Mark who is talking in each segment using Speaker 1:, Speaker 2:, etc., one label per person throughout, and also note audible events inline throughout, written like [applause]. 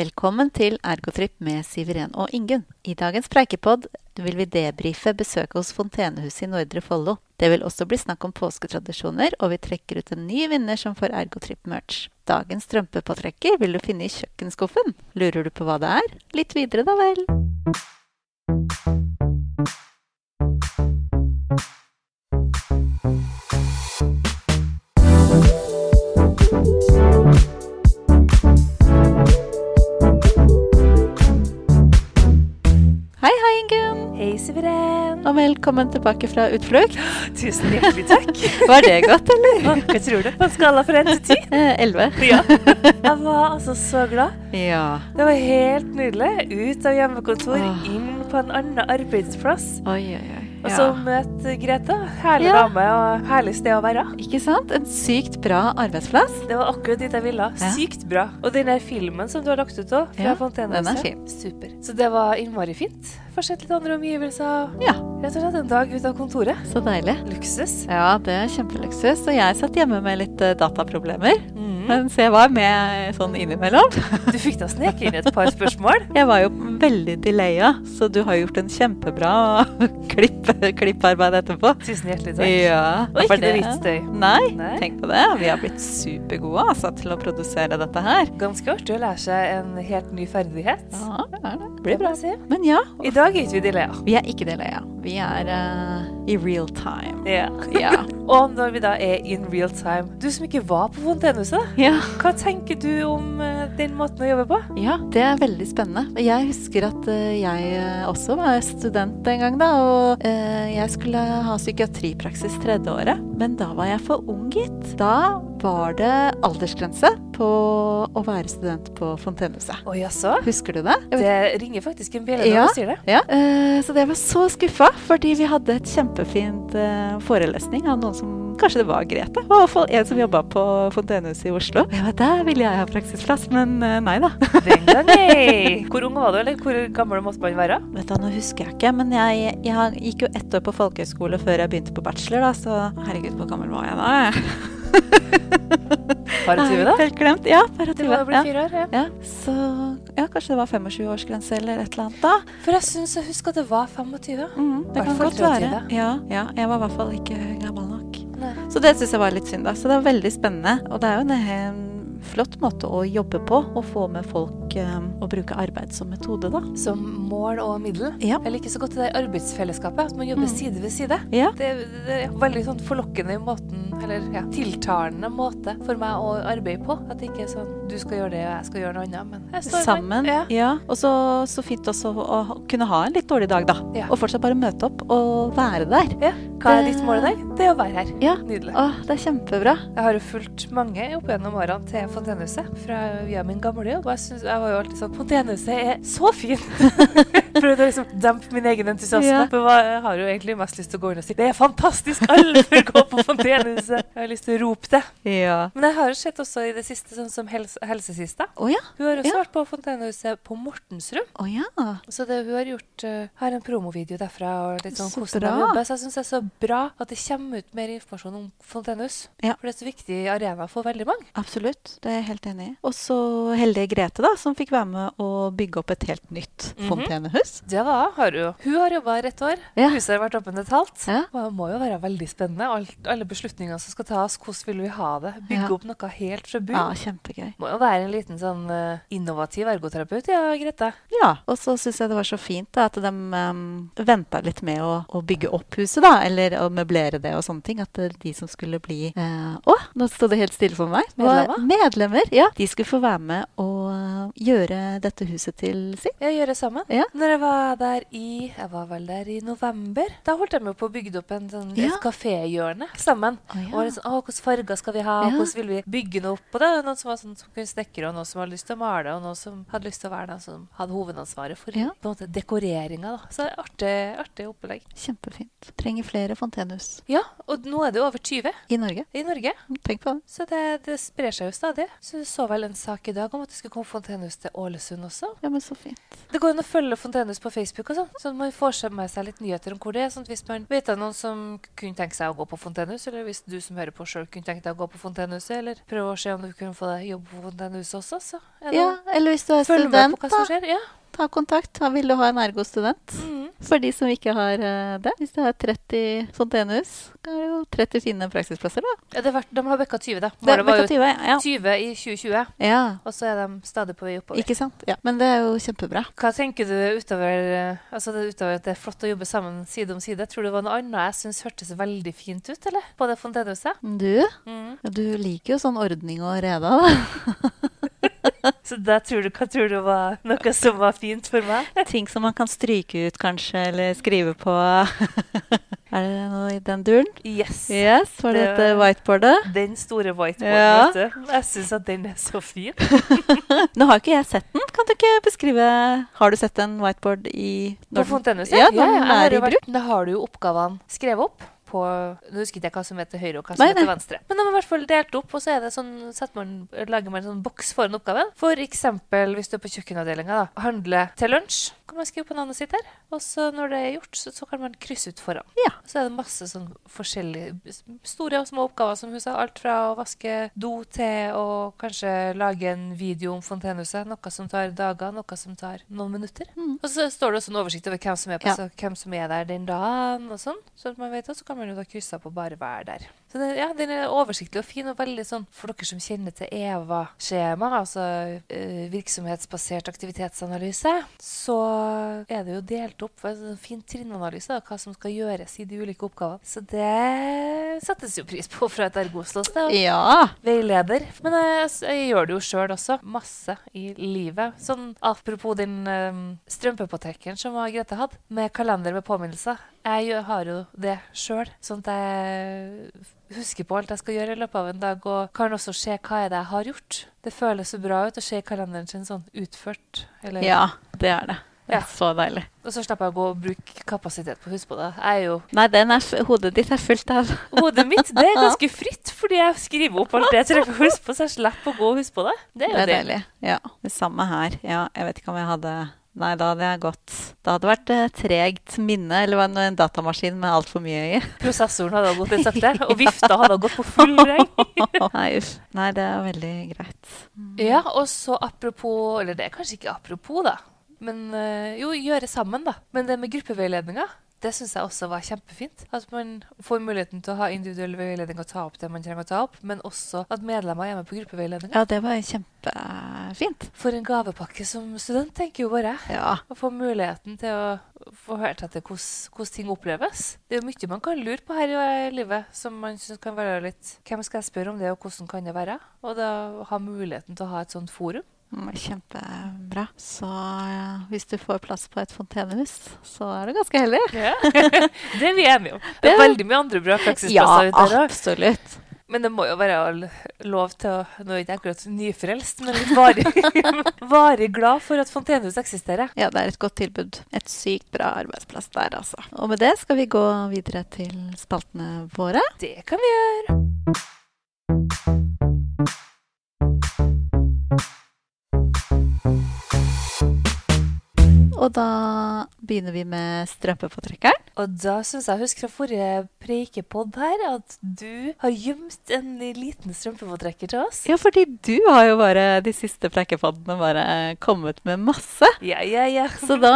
Speaker 1: Velkommen til Ergotrip med Siveren og Ingunn. I dagens preikepod vil vi debrife besøket hos Fontenehuset i Nordre Follo. Det vil også bli snakk om påsketradisjoner, og vi trekker ut en ny vinner som får Ergotrip-merch. Dagens strømpepåtrekker vil du finne i kjøkkenskuffen. Lurer du på hva det er? Litt videre, da vel. Hei, hei, Ingunn,
Speaker 2: Hei, suveren!
Speaker 1: og velkommen tilbake fra
Speaker 2: [laughs]
Speaker 1: utflukt.
Speaker 2: Tusen hjertelig takk.
Speaker 1: Var det godt, eller?
Speaker 2: [laughs] Å, Hva tror du? På en skala fra 1 til 10?
Speaker 1: Eh, Elleve.
Speaker 2: Ja. Jeg var altså så glad.
Speaker 1: [laughs] Ja.
Speaker 2: Det var helt nydelig. Ut av hjemmekontor,
Speaker 1: Åh.
Speaker 2: inn på en annen arbeidsplass.
Speaker 1: Oi, oi, oi.
Speaker 2: Og
Speaker 1: Ja.
Speaker 2: så møte Grete. Herlig
Speaker 1: Ja.
Speaker 2: dame og herlig sted å være.
Speaker 1: Ikke sant? En sykt bra arbeidsplass.
Speaker 2: Det var akkurat dit jeg ville.
Speaker 1: Ja.
Speaker 2: Sykt bra. Og den der filmen som du har lagt ut òg, fra
Speaker 1: Ja,
Speaker 2: Fontenehuset.
Speaker 1: den er fin.
Speaker 2: Super. Så det var innmari fint. Få sett litt andre omgivelser.
Speaker 1: Ja.
Speaker 2: Rett og slett en dag ut av kontoret.
Speaker 1: Så deilig.
Speaker 2: Luksus.
Speaker 1: Ja, det er kjempeluksus. Og jeg satt hjemme med litt eh, dataproblemer.
Speaker 2: Mm.
Speaker 1: Mens jeg var med sånn innimellom.
Speaker 2: Du fikk da sneke inn et par spørsmål.
Speaker 1: Jeg var jo veldig delaya, så du har gjort en kjempebra [laughs] klipp, klipparbeid etterpå.
Speaker 2: Tusen hjertelig takk.
Speaker 1: Ja.
Speaker 2: Og
Speaker 1: for
Speaker 2: ikke noe vitsstøy.
Speaker 1: Nei,
Speaker 2: Nei.
Speaker 1: tenk på det. Vi har blitt supergode altså, til å produsere dette her.
Speaker 2: Ganske artig å lære seg en helt ny ferdighet.
Speaker 1: Ja, det er det.
Speaker 2: Det må jeg si.
Speaker 1: Men ja,
Speaker 2: I dag er ikke vi delaya.
Speaker 1: vi er ikke delaya. Vi er eh, i real time.
Speaker 2: Ja.
Speaker 1: Ja.
Speaker 2: Og når vi da er in real time Du som ikke var på Fontenehuset,
Speaker 1: [laughs] ja.
Speaker 2: hva tenker du om eh, den måten å jobbe på?
Speaker 1: Ja, det er veldig spennende. Jeg husker at eh, jeg eh, også var student en gang, da. Og eh, jeg skulle ha psykiatripraksis tredje året. Men da var jeg for ung, gitt. Da var det aldersgrense på å være student på Fontenehuset.
Speaker 2: Å jaså?
Speaker 1: Husker du det? Jeg vet-
Speaker 2: Det ringer faktisk en bjelle
Speaker 1: Ja.
Speaker 2: når du sier det.
Speaker 1: Ja. eh, Så jeg var så skuffa, fordi vi hadde et kjempefint eh, forelesning av noen som Kanskje det var Grete? Det var i hvert fall en som jobba på Fontenehuset i Oslo. Jeg var, Der ville jeg ha praksisplass, men eh, nei da.
Speaker 2: Den gang, ei. [laughs] Hvor ung var du, eller hvor gammel måtte man være?
Speaker 1: Vet du, Nå husker jeg ikke, men jeg, jeg har- gikk jo ett år på folkehøyskole før jeg begynte på bachelor, da, så herregud, hvor gammel var jeg da? Jeg
Speaker 2: [laughs] Bare 20, da?
Speaker 1: [laughs] Helt glemt. Ja, bare
Speaker 2: Du var
Speaker 1: 20.
Speaker 2: blitt
Speaker 1: Ja.
Speaker 2: fire år, ja.
Speaker 1: Ja, så ja, kanskje det var 25-årsgrense eller et eller annet da.
Speaker 2: For jeg syns jeg husker at det var 25.
Speaker 1: Mm, det kan
Speaker 2: Hvertfall
Speaker 1: godt
Speaker 2: 23.
Speaker 1: være. Ja, ja, jeg var i hvert fall ikke gammel nok.
Speaker 2: Nei.
Speaker 1: Så det syns jeg var litt synd, da. Så det er veldig spennende. Og det er jo en, eh, flott måte å jobbe på, å få med folk eh, å bruke arbeid som metode, da.
Speaker 2: Som mål og middel.
Speaker 1: Ja.
Speaker 2: Jeg liker så godt det der arbeidsfellesskapet, at man jobber
Speaker 1: Mm.
Speaker 2: side ved side.
Speaker 1: Ja.
Speaker 2: Det, det er veldig sånn forlokkende i måten, eller ja, tiltalende måte for meg å arbeide på. At det ikke er sånn du skal gjøre det, og jeg skal gjøre noe annet. Men jeg står for-
Speaker 1: Sammen.
Speaker 2: Ja.
Speaker 1: Ja. Og så, så fint også å å kunne ha en litt dårlig dag, da.
Speaker 2: Ja.
Speaker 1: Og fortsatt bare møte opp og være der.
Speaker 2: ja. Hva er ditt mål i dag? Det er å være her.
Speaker 1: Ja.
Speaker 2: Nydelig.
Speaker 1: Å, det er kjempebra.
Speaker 2: Jeg har jo fulgt mange opp gjennom årene til Fontenehuset fra via min gamle jobb. og Jeg, synes, jeg var jo alltid sånn Fontenehuset er så [laughs] fint! Prøvde å liksom dempe min egen entusiasme.
Speaker 1: Ja.
Speaker 2: For hva- jeg har jo egentlig mest lyst til å gå inn og si det er fantastisk, alle bør gå på Fontenehuset! Jeg har lyst til å rope det.
Speaker 1: Ja.
Speaker 2: Men jeg har jo sett også i det siste, sånn som helse, Helsesista.
Speaker 1: Å ja.
Speaker 2: Hun har også
Speaker 1: Ja.
Speaker 2: vært på Fontenehuset på Mortensrud.
Speaker 1: Å ja.
Speaker 2: Så det hun har gjort, eh, har en promovideo derfra. og litt sånn
Speaker 1: Så
Speaker 2: hvordan
Speaker 1: bra.
Speaker 2: de jobber. Så jeg syns det er så bra at det kommer ut mer informasjon om Fontenehus.
Speaker 1: Ja.
Speaker 2: For det er så viktig arena for veldig mange.
Speaker 1: Absolutt. Det er jeg helt enig i. Og så heldige Grete, da, som fikk være med å bygge opp et helt nytt
Speaker 2: Mhm.
Speaker 1: fontenehus.
Speaker 2: Det var har hun. Hun har jobba i ett år.
Speaker 1: Ja.
Speaker 2: Huset har vært åpent et halvt.
Speaker 1: Ja.
Speaker 2: Og det må jo være veldig spennende. Alt, alle beslutningene som skal tas, hvordan vil vi ha det? Bygge
Speaker 1: Ja.
Speaker 2: opp noe helt fra bunn.
Speaker 1: Ja, kjempegøy.
Speaker 2: Må jo være en liten sånn eh, innovativ ergoterapeut, ja, Grete.
Speaker 1: Ja, Og så syns jeg det var så fint da, at de um, venta litt med å, å bygge opp huset, da. Eller å møblere det og sånne ting. At det er de som skulle bli eh, Å, nå sto det helt stille for meg. Var-
Speaker 2: Medlemmer?
Speaker 1: Medlemmer, ja. De skulle få være med og eh, gjøre dette huset til sitt.
Speaker 2: Ja, gjøre sammen.
Speaker 1: Ja.
Speaker 2: Når jeg var der i Jeg var vel der i november. Da holdt de jo på å bygge opp en sånn,
Speaker 1: Ja.
Speaker 2: et kaféhjørne sammen.
Speaker 1: Å, ja.
Speaker 2: Og liksom, å, Hvilke farger skal vi ha,
Speaker 1: Ja.
Speaker 2: hvordan vil vi bygge noe opp? Og det var noen som, var sånn, som kunne snekre, og noen som hadde lyst til å male, og noen som hadde lyst til å være den som hadde hovedansvaret for
Speaker 1: Ja.
Speaker 2: på en måte, dekoreringa. da. Så artig, artig opplegg.
Speaker 1: Kjempefint. Trenger flere fontenehus
Speaker 2: Ja, og nå er det jo over 20
Speaker 1: i Norge.
Speaker 2: i Norge.
Speaker 1: Tenk på det.
Speaker 2: Så det, det sprer seg jo stadig. Så du så vel en sak i dag om at det skulle komme fontenehus til Ålesund også?
Speaker 1: Ja, men så fint.
Speaker 2: Det går an å følge Fontenehus på Facebook og sånn, så man får se- med seg litt nyheter om hvor det er. sånn at Hvis man vet av noen som kunne tenke seg å gå på Fontenehus, eller hvis du som hører på sjøl kunne tenke deg å gå på Fontenehuset, eller prøve å se om du kunne få deg jobb på Fontenehuset også, så er det
Speaker 1: Ja, eller hvis du er
Speaker 2: å følge med
Speaker 1: student,
Speaker 2: på hva
Speaker 1: da,
Speaker 2: som skjer. Ja.
Speaker 1: ta kontakt. Hva Vil du ha en ergostudent?
Speaker 2: Mhm.
Speaker 1: For de som ikke har eh, det. Hvis du har 30 fontenehus, da er det jo 30 fine praksisplasser, da.
Speaker 2: ja, det er verdt, de har bikka 20, da.
Speaker 1: Det er
Speaker 2: Målet var jo
Speaker 1: 20, ja.
Speaker 2: 20 i 2020,
Speaker 1: ja.
Speaker 2: og så er de stadig på vei oppover.
Speaker 1: Ikke sant? Ja. Men det er jo kjempebra.
Speaker 2: Hva tenker du utover, eh, altså det, utover at det er flott å jobbe sammen side om side? Tror du det var noe annet jeg syns hørtes veldig fint ut, eller? På det Mm. fontenehuset?
Speaker 1: Du, du liker jo sånn ordning og reda, da.
Speaker 2: Så det tror du, hva tror du var noe som var fint for meg?
Speaker 1: [laughs] Ting som man kan stryke ut, kanskje, eller skrive på. [laughs] er det noe i den duren?
Speaker 2: Yes!
Speaker 1: Yes, var det
Speaker 2: Det-
Speaker 1: dette whiteboardet?
Speaker 2: Den store whiteboarden,
Speaker 1: Ja.
Speaker 2: vet du. Jeg syns at den er så fin.
Speaker 1: Nå har ikke jeg sett den. Kan du ikke beskrive Har du sett en whiteboard i
Speaker 2: På
Speaker 1: når den-
Speaker 2: fontenehuset?
Speaker 1: Ja, når
Speaker 2: jeg
Speaker 1: den
Speaker 2: har
Speaker 1: er i
Speaker 2: jo vært-
Speaker 1: bruk.
Speaker 2: Da har du jo oppgavene skrevet opp. På, nå husket jeg ikke hva som heter høyre og hva som
Speaker 1: Nei,
Speaker 2: heter
Speaker 1: nei.
Speaker 2: venstre. Men de er i hvert fall delt opp, og så er det sånn, setter man, lager man en sånn boks foran oppgaven. For eksempel hvis du er på kjøkkenavdelinga, da. Handle til lunsj. Kan man skrive på navnet sitt her. Og så når det er gjort, så, så kan man krysse ut foran.
Speaker 1: Ja.
Speaker 2: Så er det masse sånn forskjellige s- store og små oppgaver, som hun sa. Alt fra å vaske do til å kanskje lage en video om Fontenehuset. Noe som tar dager, noe som tar noen minutter.
Speaker 1: Mm.
Speaker 2: Og så står det også en oversikt over hvem som er, på,
Speaker 1: Ja.
Speaker 2: så, hvem som er der den dagen, og sånn. Så at man vet det, så kan man jo da krysse av på bare være der. Så det, ja, Den er oversiktlig og fin, og veldig sånn for dere som kjenner til EVA-skjema, altså eh, virksomhetsbasert aktivitetsanalyse, så er det jo delt opp ved en sånn fin trinnanalyse av hva som skal gjøres i de ulike oppgavene. Så det settes jo pris på fra et ergoståsted.
Speaker 1: Ja.
Speaker 2: Veileder. Men jeg, s- jeg gjør det jo sjøl også. Masse i livet. Sånn apropos den um, strømpepåtrekkeren som Grete hadde, med kalender med påminnelser. Jeg gjør- har jo det sjøl, sånn at jeg husker på alt jeg skal gjøre i løpet av en dag, og kan også se hva er det jeg har gjort. Det føles så bra ut å se i kalenderen sin sånn utført. Eller
Speaker 1: ja, det er det. Det
Speaker 2: Ja.
Speaker 1: er så deilig.
Speaker 2: Og så slipper jeg å gå og bruke kapasitet på husbodet. Jeg er jo
Speaker 1: Nei, den er, f- hodet ditt er fullt av
Speaker 2: Hodet mitt det er ganske fritt, fordi jeg skriver opp alt det jeg trenger å huske på, så jeg slipper å gå og huske på det. Det
Speaker 1: Det
Speaker 2: er jo
Speaker 1: er
Speaker 2: det.
Speaker 1: deilig. Ja. Det samme her. Ja, jeg vet ikke om jeg hadde Nei, da hadde jeg gått Da hadde det vært eh, tregt minne eller var det en datamaskin med altfor mye
Speaker 2: [laughs]
Speaker 1: i.
Speaker 2: Prosessoren hadde gått litt sakte, og vifta hadde gått på full regn.
Speaker 1: Nei, uff. Nei, det er veldig greit.
Speaker 2: [laughs] Ja, og så apropos Eller det er kanskje ikke apropos, da. Men eh, jo, gjøre sammen, da. Men det med gruppeveiledninga, det syns jeg også var kjempefint. At man får muligheten til å ha individuell veiledning og ta opp det man trenger å ta opp, men også at medlemmer er med på gruppeveiledninga.
Speaker 1: Ja, det var kjempefint.
Speaker 2: For en gavepakke som student, tenker jo bare jeg.
Speaker 1: Ja.
Speaker 2: Å få muligheten til å få hørt etter hvordan hvordan ting oppleves. Det er jo mye man kan lure på her i livet som man synes kan være litt Hvem skal jeg spørre om det, og hvordan kan det være? Og da ha muligheten til å ha et sånt forum.
Speaker 1: Mm, Kjempebra. Så ja, hvis du får plass på et fontenehus, så er du ganske heldig.
Speaker 2: [laughs] det er vi enige om. Det
Speaker 1: Det er
Speaker 2: er veldig mye andre bra praksisplasser ute der også.
Speaker 1: absolutt.
Speaker 2: Men det må jo være all- lov til å Nå er jeg ikke akkurat nyfrelst, men litt varig, [laughs] varig glad for at Fontenehus eksisterer.
Speaker 1: Ja, det er et godt tilbud. Et sykt bra arbeidsplass der, altså. Og med det skal vi gå videre til spaltene våre.
Speaker 2: Det kan vi gjøre.
Speaker 1: Og da begynner vi med strømpepåtrekkeren.
Speaker 2: Og da syns jeg husker fra forrige preikepod her at du har gjemt en liten strømpepåtrekker til oss.
Speaker 1: Ja, fordi du har jo bare de siste prekkepaddene bare eh, kommet med masse.
Speaker 2: Ja, ja, [laughs] ja.
Speaker 1: Så da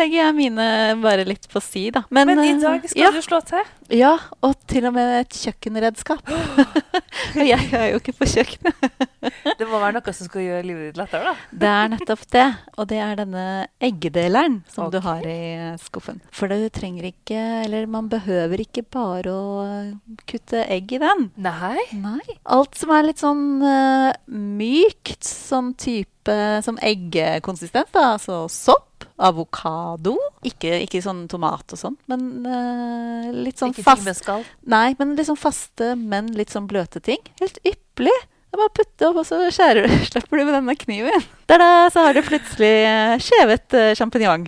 Speaker 1: legger jeg mine bare litt på si, da.
Speaker 2: Men i
Speaker 1: eh,
Speaker 2: dag skal
Speaker 1: ja,
Speaker 2: du slå til.
Speaker 1: Ja, og til og med et [gasps] kjøkkenredskap. Og jeg er jo ikke på kjøkkenet.
Speaker 2: Det må være noe som skal gjøre livet ditt lettere, da.
Speaker 1: Det er nettopp det. Og det er denne eggedeleren som
Speaker 2: Ok.
Speaker 1: du har i eh, skuffen. For du trenger ikke, eller man behøver ikke bare å eh, kutte egg i den.
Speaker 2: Nei.
Speaker 1: Nei. Alt som er litt sånn eh, mykt, sånn type som eggekonsistens, da. Altså sopp, avokado. Ikke, ikke sånn tomat og sånn, men eh, litt sånn
Speaker 2: Ikke ting
Speaker 1: fast
Speaker 2: med skall.
Speaker 1: Nei, men litt sånn faste, men litt sånn bløte ting. Helt ypperlig. Det er bare å putte opp, og så skjærer du, [laughs] slipper du med denne kniven. Der da, så har du plutselig eh, skjevet eh, sjampinjong.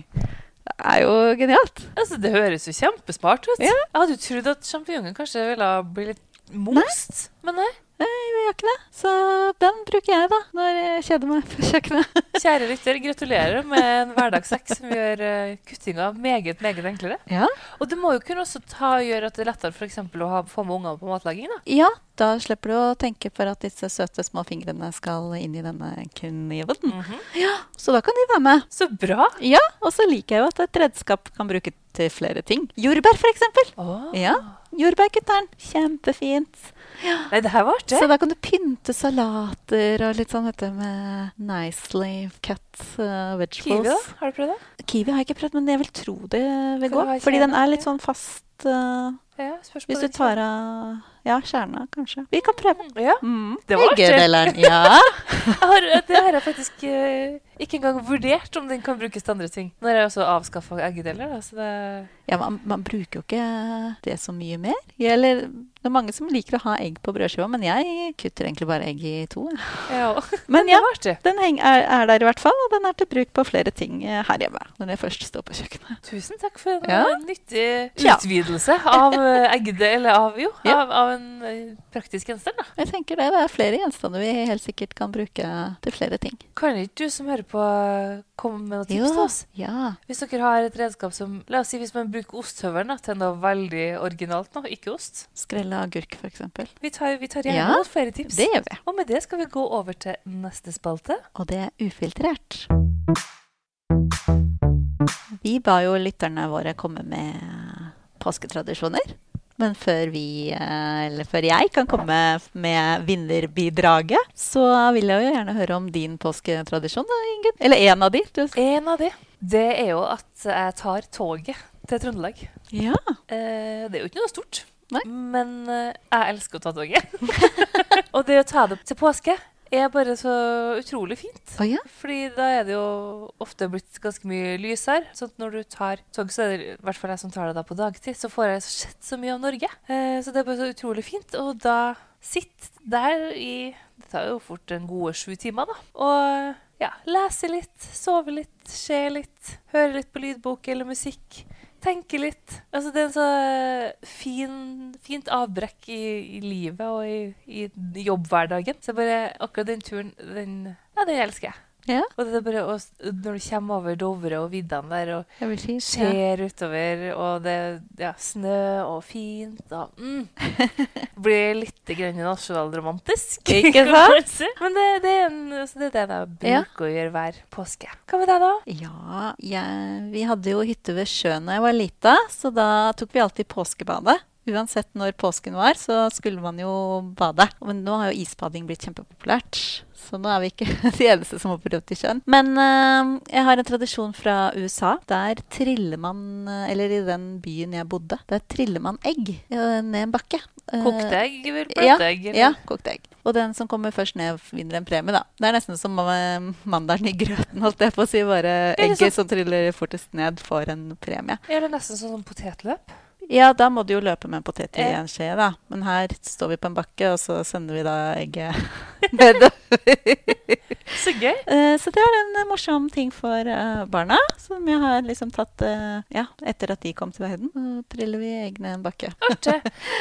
Speaker 1: Det er jo genialt.
Speaker 2: Altså, det høres jo kjempesmart ut.
Speaker 1: Ja.
Speaker 2: Jeg hadde jo trodd at sjampinjongen kanskje ville bli litt most, men nei.
Speaker 1: Jeg gjør ikke det. Så den bruker jeg, da, når jeg kjeder meg på kjøkkenet.
Speaker 2: Kjære lytter, gratulerer med en hverdagssekk som gjør eh, kuttinga meget, meget enklere.
Speaker 1: Ja.
Speaker 2: Og det må jo kunne også ta, gjøre at det er lettere for eksempel å ha, få med ungene på matlaging. da.
Speaker 1: ja, da slipper du å tenke for at disse søte små fingrene skal inn i denne
Speaker 2: Mm.
Speaker 1: kniven.
Speaker 2: Mhm.
Speaker 1: Så da kan de være med.
Speaker 2: Så bra!
Speaker 1: Ja, og så liker jeg jo at et redskap kan brukes til flere ting. Jordbær, for eksempel.
Speaker 2: Åh.
Speaker 1: Ja, jordbærkutteren. Kjempefint.
Speaker 2: Nei, det her var
Speaker 1: Så
Speaker 2: artig.
Speaker 1: da kan du pynte salater og litt sånn, vet du, med nicely cut uh,
Speaker 2: Kiwi, da?
Speaker 1: vegetables.
Speaker 2: Har du prøvd det?
Speaker 1: Kiwi har jeg ikke prøvd, men jeg vil tro det vil
Speaker 2: For
Speaker 1: gå.
Speaker 2: det har
Speaker 1: Fordi den
Speaker 2: kjerner,
Speaker 1: er litt
Speaker 2: ja.
Speaker 1: sånn fast eh,
Speaker 2: Ja, spørs på
Speaker 1: Hvis du
Speaker 2: det.
Speaker 1: tar av ja, kjerna, kanskje. Vi kan prøve.
Speaker 2: Ja.
Speaker 1: Mm.
Speaker 2: Det var artig.
Speaker 1: Eggedeleren. Ja.
Speaker 2: Jeg har, det her er faktisk eh, ikke engang vurdert om den kan brukes til andre ting. Nå har jeg også avskaffa eggedeler, da, så det
Speaker 1: ja man, man bruker jo ikke det så mye mer. Eller, det er mange som liker å ha egg på brødskiva, men jeg kutter egentlig bare egg i [laughs] to. jeg.
Speaker 2: ja. [laughs] Det
Speaker 1: Men ja,
Speaker 2: var artig.
Speaker 1: den heng, er, er der i hvert fall, og den er til bruk på flere ting eh, her hjemme. Når jeg først står på kjøkkenet.
Speaker 2: Tusen takk for en
Speaker 1: Ja.
Speaker 2: eh, nyttig
Speaker 1: Tja.
Speaker 2: utvidelse av eh, eggede, eller av jo,
Speaker 1: Ja.
Speaker 2: av, av en eh, praktisk gjenstand. da.
Speaker 1: [laughs] Jeg tenker det, det er flere gjenstander vi helt sikkert kan bruke til flere ting.
Speaker 2: Kan ikke du som hører på eh, komme med noen tips til oss?
Speaker 1: Ja.
Speaker 2: Hvis dere har et redskap som La oss si hvis man bruker osthøvelen da, til noe veldig originalt nå, ikke ost.
Speaker 1: Skrelle agurk, for eksempel.
Speaker 2: Vi tar, vi tar gjerne
Speaker 1: Ja,
Speaker 2: imot flere tips.
Speaker 1: Det gjør vi.
Speaker 2: Og med det skal vi gå over til neste spalte.
Speaker 1: og det er ufiltrert. Vi ba jo lytterne våre komme med påsketradisjoner. Men før, vi, eh, eller før jeg kan komme med vinnerbidraget, så vil jeg jo gjerne høre om din påsketradisjon, da, Ingunn. Eller én av de. Du...
Speaker 2: En av de, det er jo at jeg tar toget til Trøndelag.
Speaker 1: Ja.
Speaker 2: Eh, det er jo ikke noe stort,
Speaker 1: Nei.
Speaker 2: men eh, jeg elsker å ta toget. [laughs] og det å ta det opp til påske er bare så utrolig fint.
Speaker 1: Å ja.
Speaker 2: Fordi da er det jo ofte blitt ganske mye lys her. Så at når du tar tog, så er det i hvert fall jeg som tar det da på dagtid, så får jeg sett så mye av Norge. Eh, så det er bare så utrolig fint. Og da sitt der i Det tar jo fort en gode sju timer, da. Og ja, lese litt, sove litt, se litt, høre litt på lydbok eller musikk. Tenke litt. Altså, det er en så eh, fin, fint avbrekk i, i livet og i, i jobbhverdagen. Så bare akkurat den turen, den, ja, den elsker jeg.
Speaker 1: ja.
Speaker 2: Og det er bare å, når du kommer over Dovre og viddene der og
Speaker 1: Det blir fint. Ja.
Speaker 2: ser utover, og det er ja, snø og fint og mm. Blir litt grann nasjonalromantisk.
Speaker 1: Ikke
Speaker 2: [laughs] kan man si. Men det, det, er en, altså, det er det jeg
Speaker 1: Ja.
Speaker 2: bruker å gjøre hver påske. Hva med deg, da?
Speaker 1: Ja, jeg, vi hadde jo hytte ved sjøen da jeg var lita, så da tok vi alltid påskebadet. Uansett når påsken var, så skulle man jo bade. Men nå har jo isbading blitt kjempepopulært, så nå er vi ikke [laughs] de eneste som hopper ut i sjøen. Men eh, jeg har en tradisjon fra USA. Der triller man, eh, eller i den byen jeg bodde, der triller man egg eh, ned en bakke. Eh,
Speaker 2: Kokte egg eller
Speaker 1: ja,
Speaker 2: bløte egg?
Speaker 1: ja, kokt egg. Og den som kommer først ned, vinner en premie, da. Det er nesten som eh, mandelen i grøten, holdt jeg på å si. Bare
Speaker 2: Eller
Speaker 1: egget som triller fortest ned, får en premie.
Speaker 2: Eller nesten sånn som potetløp?
Speaker 1: Ja, da må du jo løpe med en potet i
Speaker 2: Ja.
Speaker 1: en skje, da. Men her står vi på en bakke, og så sender vi da [laughs] egget nedover.
Speaker 2: Så gøy.
Speaker 1: Eh, Så det er en eh, morsom ting for eh, barna, som jeg har liksom tatt eh, Ja, etter at de kom til verden, så triller vi egg ned en bakke.
Speaker 2: Artig.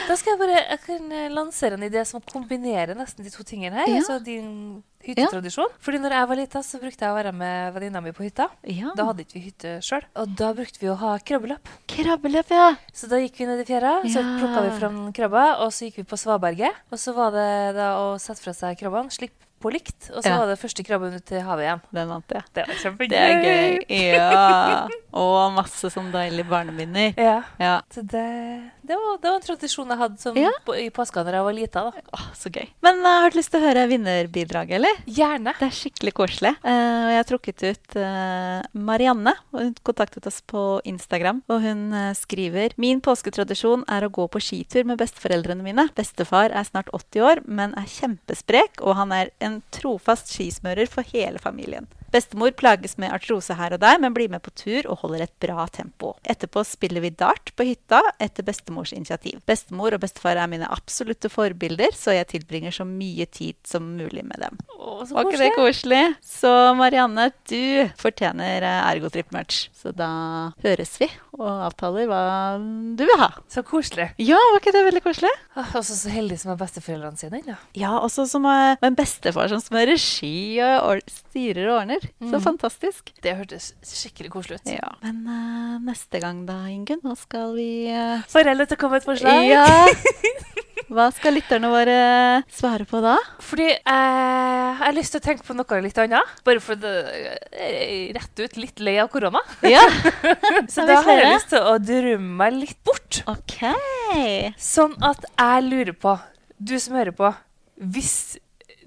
Speaker 2: Da skal jeg bare jeg kan eh, lansere en idé som kombinerer nesten de to tingene her.
Speaker 1: Ja.
Speaker 2: Altså din hyttetradisjon. Fordi når jeg var lita, så brukte jeg å være med venninna mi på hytta.
Speaker 1: Ja.
Speaker 2: Da hadde ikke vi hytte sjøl. Ah. Og da brukte vi å ha krabbeløp.
Speaker 1: Krabbeløp, ja.
Speaker 2: Så da gikk vi ned i fjæra, så
Speaker 1: Ja.
Speaker 2: plukka vi fram krabba, og så gikk vi på svaberget. Og så var det da å sette fra seg krabbene, slippe på likt, og så
Speaker 1: Ja.
Speaker 2: var det første krabben ut til havet igjen.
Speaker 1: Den vant jeg.
Speaker 2: Det var kjempegøy.
Speaker 1: Det er gøy. Ja. Og masse sånn deilige barneminner.
Speaker 2: Ja.
Speaker 1: Ja.
Speaker 2: Så det, det, var, det var en tradisjon jeg hadde som,
Speaker 1: Ja.
Speaker 2: på, i påska da jeg var lita. da.
Speaker 1: Åh, så gøy. Men eh, har du lyst til å høre vinnerbidraget, eller?
Speaker 2: Gjerne.
Speaker 1: Det er skikkelig koselig. Eh, og jeg har trukket ut eh, Marianne. og Hun kontaktet oss på Instagram, og hun eh, skriver Min påsketradisjon er å gå på skitur med besteforeldrene mine. Bestefar er snart 80 år, men er kjempesprek, og han er en trofast skismører for hele familien. Bestemor plages med artrose her og der, men blir med på tur og holder et bra tempo. Etterpå spiller vi dart på hytta etter bestemors initiativ. Bestemor og bestefar er mine absolutte forbilder, så jeg tilbringer så mye tid som mulig med dem.
Speaker 2: Å, så
Speaker 1: Var ikke det
Speaker 2: koselig.
Speaker 1: koselig? Så Marianne, du fortjener eh, ergotrip-merch. Så da høres vi og avtaler hva du vil ha.
Speaker 2: Så koselig.
Speaker 1: Ja, var ikke det veldig koselig?
Speaker 2: Åh, Også så heldig som er besteforeldrene sine ennå.
Speaker 1: Ja, også som eh, med en bestefar som smører regi og or- styrer og ordner. Så
Speaker 2: Mhm.
Speaker 1: fantastisk.
Speaker 2: Det hørtes skikkelig koselig ut.
Speaker 1: Mm. Ja, Men eh, neste gang da, Ingunn, hva skal vi eh,
Speaker 2: Foreldre til å komme med et forslag.
Speaker 1: Ja! [laughs] Hva skal lytterne våre svare på da?
Speaker 2: Fordi eh, jeg har lyst til å tenke på noe litt annet. Bare for det, jeg er rett ut litt lei av korona.
Speaker 1: Ja,
Speaker 2: [laughs] Så
Speaker 1: Ja, vi
Speaker 2: da har jeg
Speaker 1: ser det.
Speaker 2: lyst til å drømme meg litt bort.
Speaker 1: [laughs] OK.
Speaker 2: Sånn at jeg lurer på, du som hører på, hvis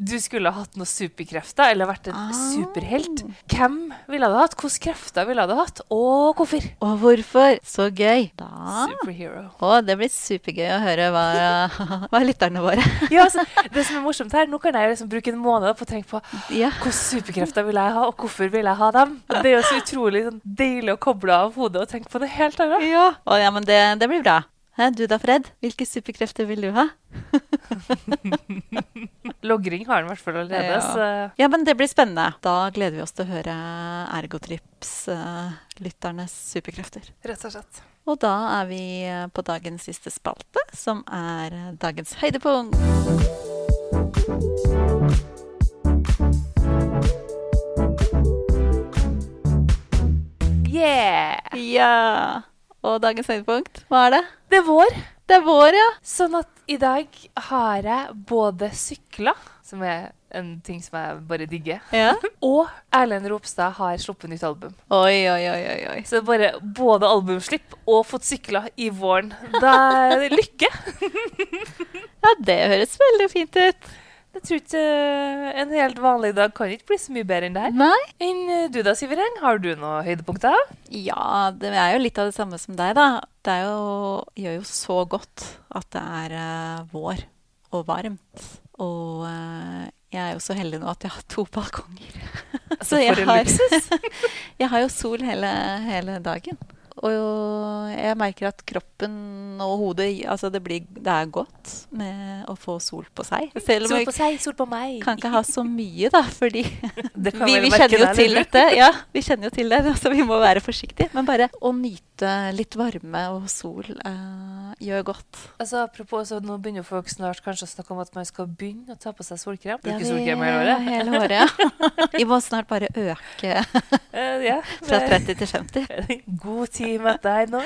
Speaker 2: du skulle ha hatt noen superkrefter eller vært en
Speaker 1: Ah.
Speaker 2: superhelt, hvem ville du hatt? Hvilke krefter ville du hatt? Og hvorfor?
Speaker 1: Og hvorfor? Så gøy. Da
Speaker 2: Superhero.
Speaker 1: Å, det blir supergøy å høre hva, [laughs] hva lytterne våre [laughs]
Speaker 2: Ja, altså, det som er morsomt her, nå kan jeg liksom bruke en måned da på å tenke på
Speaker 1: Ja.
Speaker 2: hvilke superkrefter vil jeg ha, og hvorfor vil jeg ha dem? Det er jo så utrolig sånn, deilig å koble av hodet og tenke på noe helt annet.
Speaker 1: ja. Å, ja men det, det blir bra. Hæ, du da, Fred? Hvilke superkrefter vil du ha?
Speaker 2: Logring har den i hvert fall allerede,
Speaker 1: Ja.
Speaker 2: så
Speaker 1: Ja, men det blir spennende. Da gleder vi oss til å høre Ergotrips-lytternes superkrefter.
Speaker 2: rett og slett.
Speaker 1: Og da er vi eh, på dagens siste spalte, som er eh, dagens høydepunkt.
Speaker 2: Yeah!
Speaker 1: Ja! Og dagens høydepunkt, hva er det?
Speaker 2: Det er vår.
Speaker 1: Det er vår, ja!
Speaker 2: Sånn at i dag har jeg både sykla, som er en ting som jeg bare digger, og Erlend Ropstad har sluppet nytt album.
Speaker 1: Oi, oi, oi, oi, oi.
Speaker 2: Så det er bare både albumslipp og fått sykla i våren. Da er det lykke!
Speaker 1: Ja, det høres veldig fint ut.
Speaker 2: Jeg tror ikke en helt vanlig dag kan ikke bli så mye bedre enn det her.
Speaker 1: Nei?
Speaker 2: Enn eh, du da, Sivereng? Har du noen høydepunkter?
Speaker 1: Ja, det er jo litt av det samme som deg, da. Det er jo, gjør jo så godt at det er eh, vår og varmt. Og eh, jeg er jo så heldig nå at jeg har to
Speaker 2: [laughs]
Speaker 1: balkonger.
Speaker 2: Altså,
Speaker 1: jeg
Speaker 2: for en
Speaker 1: har-
Speaker 2: luksus.
Speaker 1: Jeg har jo sol hele, hele dagen. Og jo- jeg merker at kroppen og hodet altså det, blir, det er godt med å få sol på seg. [laughs] Selv om
Speaker 2: Sol på
Speaker 1: jeg
Speaker 2: seg, sol på meg.
Speaker 1: kan ikke ha så mye, da, fordi
Speaker 2: [laughs] Det kan
Speaker 1: vi,
Speaker 2: vel
Speaker 1: vi
Speaker 2: merke
Speaker 1: kjenner jo
Speaker 2: deg,
Speaker 1: til
Speaker 2: eller?
Speaker 1: dette. Ja, vi kjenner jo til det, [laughs] så vi må være forsiktige. Men bare å nyte litt varme og sol eh, gjør godt.
Speaker 2: Altså, apropos, så nå begynner jo folk snart kanskje å snakke om at man skal begynne å ta på seg solkrem.
Speaker 1: Ja,
Speaker 2: Bruke
Speaker 1: vi-
Speaker 2: solkrem hele året.
Speaker 1: [laughs]
Speaker 2: [laughs]
Speaker 1: Hele året, ja. Vi må snart bare øke
Speaker 2: Eh, ja,
Speaker 1: fra
Speaker 2: det-
Speaker 1: 30 til 50.
Speaker 2: [laughs] God tid med deg her nå.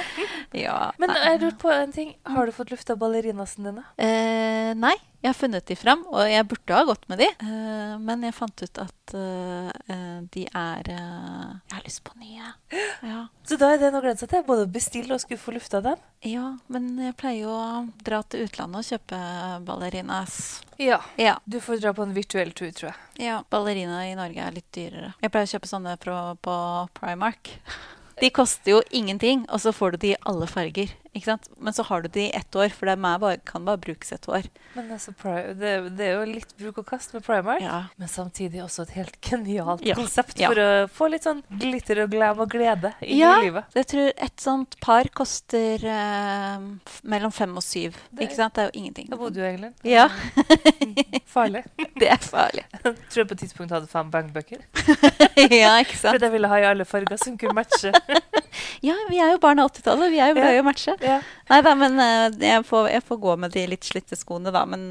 Speaker 1: Ja.
Speaker 2: Men
Speaker 1: nei.
Speaker 2: jeg lurer på en ting. Har du fått lufta ballerinasen dine?
Speaker 1: Eh, nei, jeg har funnet de fram, og jeg burde ha gått med de. Eh, men jeg fant ut at eh, eh, de er eh, Jeg har lyst på
Speaker 2: [gasps]
Speaker 1: nye. Ja.
Speaker 2: Så da er det noe å glede seg til. Både å bestille og skulle få lufta dem.
Speaker 1: ja, men jeg pleier jo å dra til utlandet og kjøpe ballerinas.
Speaker 2: Ja.
Speaker 1: Ja.
Speaker 2: Du får dra på en virtuell tur, tror jeg.
Speaker 1: ja. Ballerina i Norge er litt dyrere. Jeg pleier å kjøpe sånne på, på
Speaker 2: [laughs]
Speaker 1: Primark. De koster jo ingenting, og så får du de i alle farger. Ikke sant? Men så har du de i ett år, for de er bare, kan bare brukes et år.
Speaker 2: Men altså, pri- det, det er jo litt bruk og kast med Primark.
Speaker 1: Ja.
Speaker 2: Men samtidig også et helt genialt
Speaker 1: Ja.
Speaker 2: konsept
Speaker 1: Ja.
Speaker 2: for å få litt sånn glitter og glam og glede inn
Speaker 1: Ja.
Speaker 2: i livet.
Speaker 1: Jeg tror et sånt par koster eh, f- mellom fem og syv.
Speaker 2: Det-
Speaker 1: ikke sant? Det er jo ingenting.
Speaker 2: Da bodde jo England.
Speaker 1: Ja, [laughs]
Speaker 2: [laughs] Farlig.
Speaker 1: det er farlig. [laughs]
Speaker 2: Tror jeg på et tidspunkt hadde fem bangbøker.
Speaker 1: ja, ikke sant?
Speaker 2: For jeg ville ha i alle farger som kunne
Speaker 1: [laughs]
Speaker 2: matche.
Speaker 1: Ja, vi er jo barn av 80-tallet. Vi er jo glad i å matche.
Speaker 2: Ja.
Speaker 1: Nei da, men eh, jeg får, jeg får gå med de litt slitte skoene, da. Men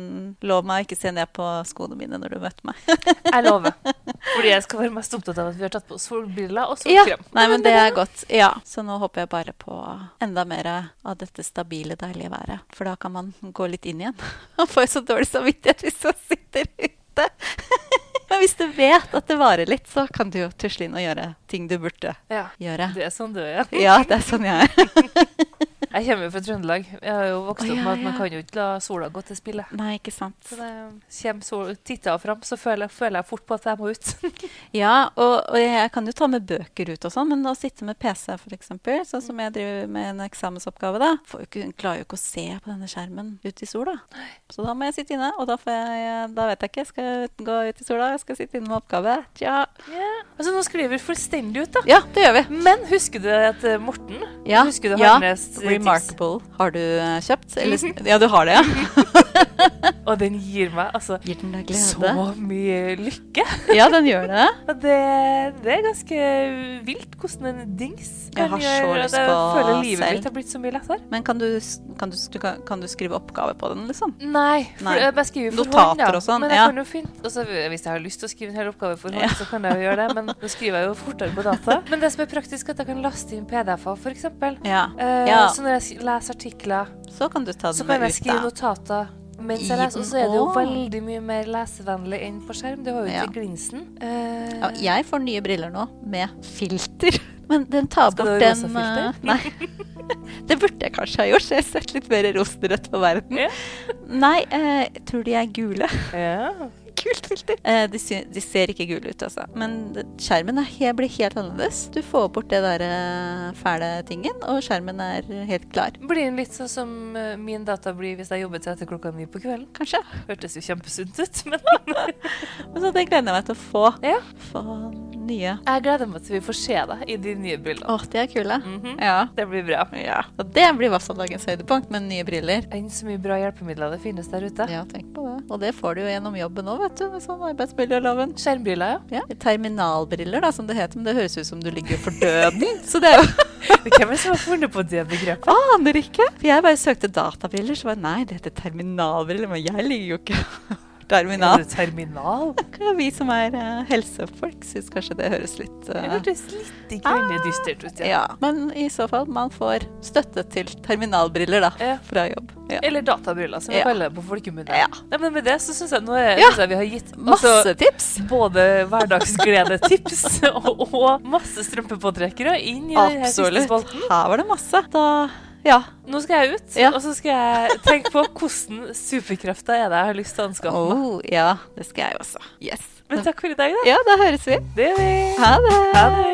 Speaker 1: lov meg å ikke se ned på skoene mine når du møter meg.
Speaker 2: Jeg lover. Fordi jeg skal være mest opptatt av at vi har tatt på solbriller og
Speaker 1: Ja.
Speaker 2: solkrem.
Speaker 1: Nei, men det er godt. Ja. Så nå håper jeg bare på enda mer av dette stabile, deilige været. For da kan man gå litt inn igjen. [laughs] Man får jo så dårlig samvittighet hvis man sitter [laughs] ute. Men hvis du vet at det varer litt, så kan du jo tusle inn og gjøre ting du burde
Speaker 2: Ja.
Speaker 1: gjøre.
Speaker 2: Det er sånn du er.
Speaker 1: Ja, det er sånn jeg er.
Speaker 2: Jeg kommer jo fra Trøndelag. Jeg har jo
Speaker 1: Å,
Speaker 2: vokst opp
Speaker 1: ja,
Speaker 2: med at man
Speaker 1: ja.
Speaker 2: kan jo ikke la sola gå til spille.
Speaker 1: Nei, ikke sant.
Speaker 2: Så det kommer sol, titta fram, så føler jeg, føler jeg fort på at jeg må ut.
Speaker 1: Ja, og, og jeg kan jo ta med bøker ut og sånn, men å sitte med PC f.eks., sånn som jeg driver med en eksamensoppgave, da, får jo ikke, klarer jo ikke å se på denne skjermen ute i sola. Så da må jeg sitte inne, og da, får jeg, da vet jeg ikke. Skal jeg ut- gå ut i sola? Jeg skal sitte inne med oppgave. Tja.
Speaker 2: [laughs] Altså, nå skriver vi fullstendig ut, da.
Speaker 1: Ja, det gjør vi.
Speaker 2: Men husker du at eh, Morten
Speaker 1: Ja,
Speaker 2: Husker du
Speaker 1: ja.
Speaker 2: hans tips?
Speaker 1: Remarkable har du eh, kjøpt? Eller, [laughs] s- ja, du har det, ja?
Speaker 2: Og den gir meg altså
Speaker 1: Gir den deg
Speaker 2: så
Speaker 1: glede?
Speaker 2: mye lykke.
Speaker 1: Ja, den gjør det.
Speaker 2: Og det, det er ganske vilt hvordan en dings
Speaker 1: Jeg
Speaker 2: kan
Speaker 1: har så
Speaker 2: gjøre og
Speaker 1: lyst
Speaker 2: det-
Speaker 1: på
Speaker 2: føler livet
Speaker 1: selv.
Speaker 2: mitt har blitt så mye lettere.
Speaker 1: Men kan du, s- kan du, s- du kan, kan du skrive oppgave på den, liksom?
Speaker 2: Nei. For,
Speaker 1: Nei.
Speaker 2: eh, Jeg skriver for
Speaker 1: Notater
Speaker 2: hånd, da.
Speaker 1: og sånn,
Speaker 2: Men jeg
Speaker 1: ja.
Speaker 2: kan jo fint, og så, hvis jeg har lyst til å skrive en hel oppgave for hånd,
Speaker 1: Ja.
Speaker 2: så kan jeg jo gjøre det. Men nå skriver jeg jo fortere på data. Men det som er praktisk, er at jeg kan laste inn PDF-er, f.eks.
Speaker 1: Ja.
Speaker 2: Uh,
Speaker 1: Ja.
Speaker 2: Så når jeg s- leser artikler,
Speaker 1: Så kan du ta
Speaker 2: så
Speaker 1: den
Speaker 2: kan
Speaker 1: med
Speaker 2: jeg
Speaker 1: ut, da.
Speaker 2: skrive notater mens
Speaker 1: I
Speaker 2: jeg leser. Og
Speaker 1: den,
Speaker 2: så er det jo
Speaker 1: å.
Speaker 2: veldig mye mer lesevennlig enn på skjerm. Det var jo
Speaker 1: Ja.
Speaker 2: til glinsen. Eh,
Speaker 1: Ja, jeg får nye briller nå, med filter. [laughs] Men den tar
Speaker 2: Skal du
Speaker 1: bort
Speaker 2: ha
Speaker 1: den
Speaker 2: rosa
Speaker 1: eh, Nei. [laughs] Det burde jeg kanskje ha gjort, så jeg har sett litt mer rosenrødt på verden.
Speaker 2: Ja.
Speaker 1: [laughs] Nei, eh, tror de er gule. [laughs]
Speaker 2: ja.
Speaker 1: Kult filter. Eh, de, sy de ser ikke gule ut, altså. Men det- skjermen er he blir helt annerledes. Du får bort det der eh, fæle tingen, og skjermen er helt klar.
Speaker 2: Blir den litt sånn som eh, min data blir hvis jeg jobber til etter klokka ni på kvelden?
Speaker 1: Kanskje.
Speaker 2: Hørtes jo kjempesunt ut, men [laughs]
Speaker 1: Men så det gleder jeg meg til å få.
Speaker 2: Ja.
Speaker 1: Få nye.
Speaker 2: jeg gleder meg til vi får se deg i de nye brillene.
Speaker 1: Å, de er kule.
Speaker 2: Mhm.
Speaker 1: Ja.
Speaker 2: Det blir bra.
Speaker 1: ja. Og det blir i hvert fall dagens høydepunkt, med nye briller.
Speaker 2: Enn så mye bra hjelpemidler det finnes der ute.
Speaker 1: Ja, tenk på det. Og det får du jo gjennom jobben òg, vet du, med sånn arbeidsmiljøloven.
Speaker 2: Skjermbriller, ja.
Speaker 1: Ja. Terminalbriller, da, som det heter. Men det høres ut som du ligger for døden. Så det er jo
Speaker 2: Hvem er det som har funnet på det begrepet?
Speaker 1: Aner ikke. For jeg bare søkte databriller, så var jeg nei, det heter terminalbriller. Men jeg ligger jo ikke [laughs]
Speaker 2: Er
Speaker 1: terminal.
Speaker 2: det terminal?
Speaker 1: Kanskje Vi som er eh, helsefolk, syns kanskje det høres litt
Speaker 2: Det
Speaker 1: eh,
Speaker 2: hørtes litt kvinnedystert ut.
Speaker 1: ja. Men i så fall, man får støtte til terminalbriller, da.
Speaker 2: Ja.
Speaker 1: Fra jobb. Ja.
Speaker 2: Eller databriller, som vi
Speaker 1: Ja.
Speaker 2: kaller det på folkemunne.
Speaker 1: Ja.
Speaker 2: Nei, men med det så syns jeg nå er,
Speaker 1: Ja.
Speaker 2: synes jeg vi har gitt altså,
Speaker 1: Masse tips!
Speaker 2: både hverdagsgledetips
Speaker 1: [laughs]
Speaker 2: [laughs] og, og masse strømpepåtrekkere inn i den her siste
Speaker 1: Absolutt.
Speaker 2: spalten.
Speaker 1: Her var det masse. Da Ja.
Speaker 2: Nå skal jeg ut,
Speaker 1: Ja.
Speaker 2: og så skal jeg tenke på hvordan superkrefter er det jeg har lyst til å anskaffe meg.
Speaker 1: Oh, ja, det skal jeg også. Yes.
Speaker 2: Men takk for i dag, da.
Speaker 1: Ja, da høres vi.
Speaker 2: Det gjør vi.
Speaker 1: Ha det.
Speaker 2: Ha det.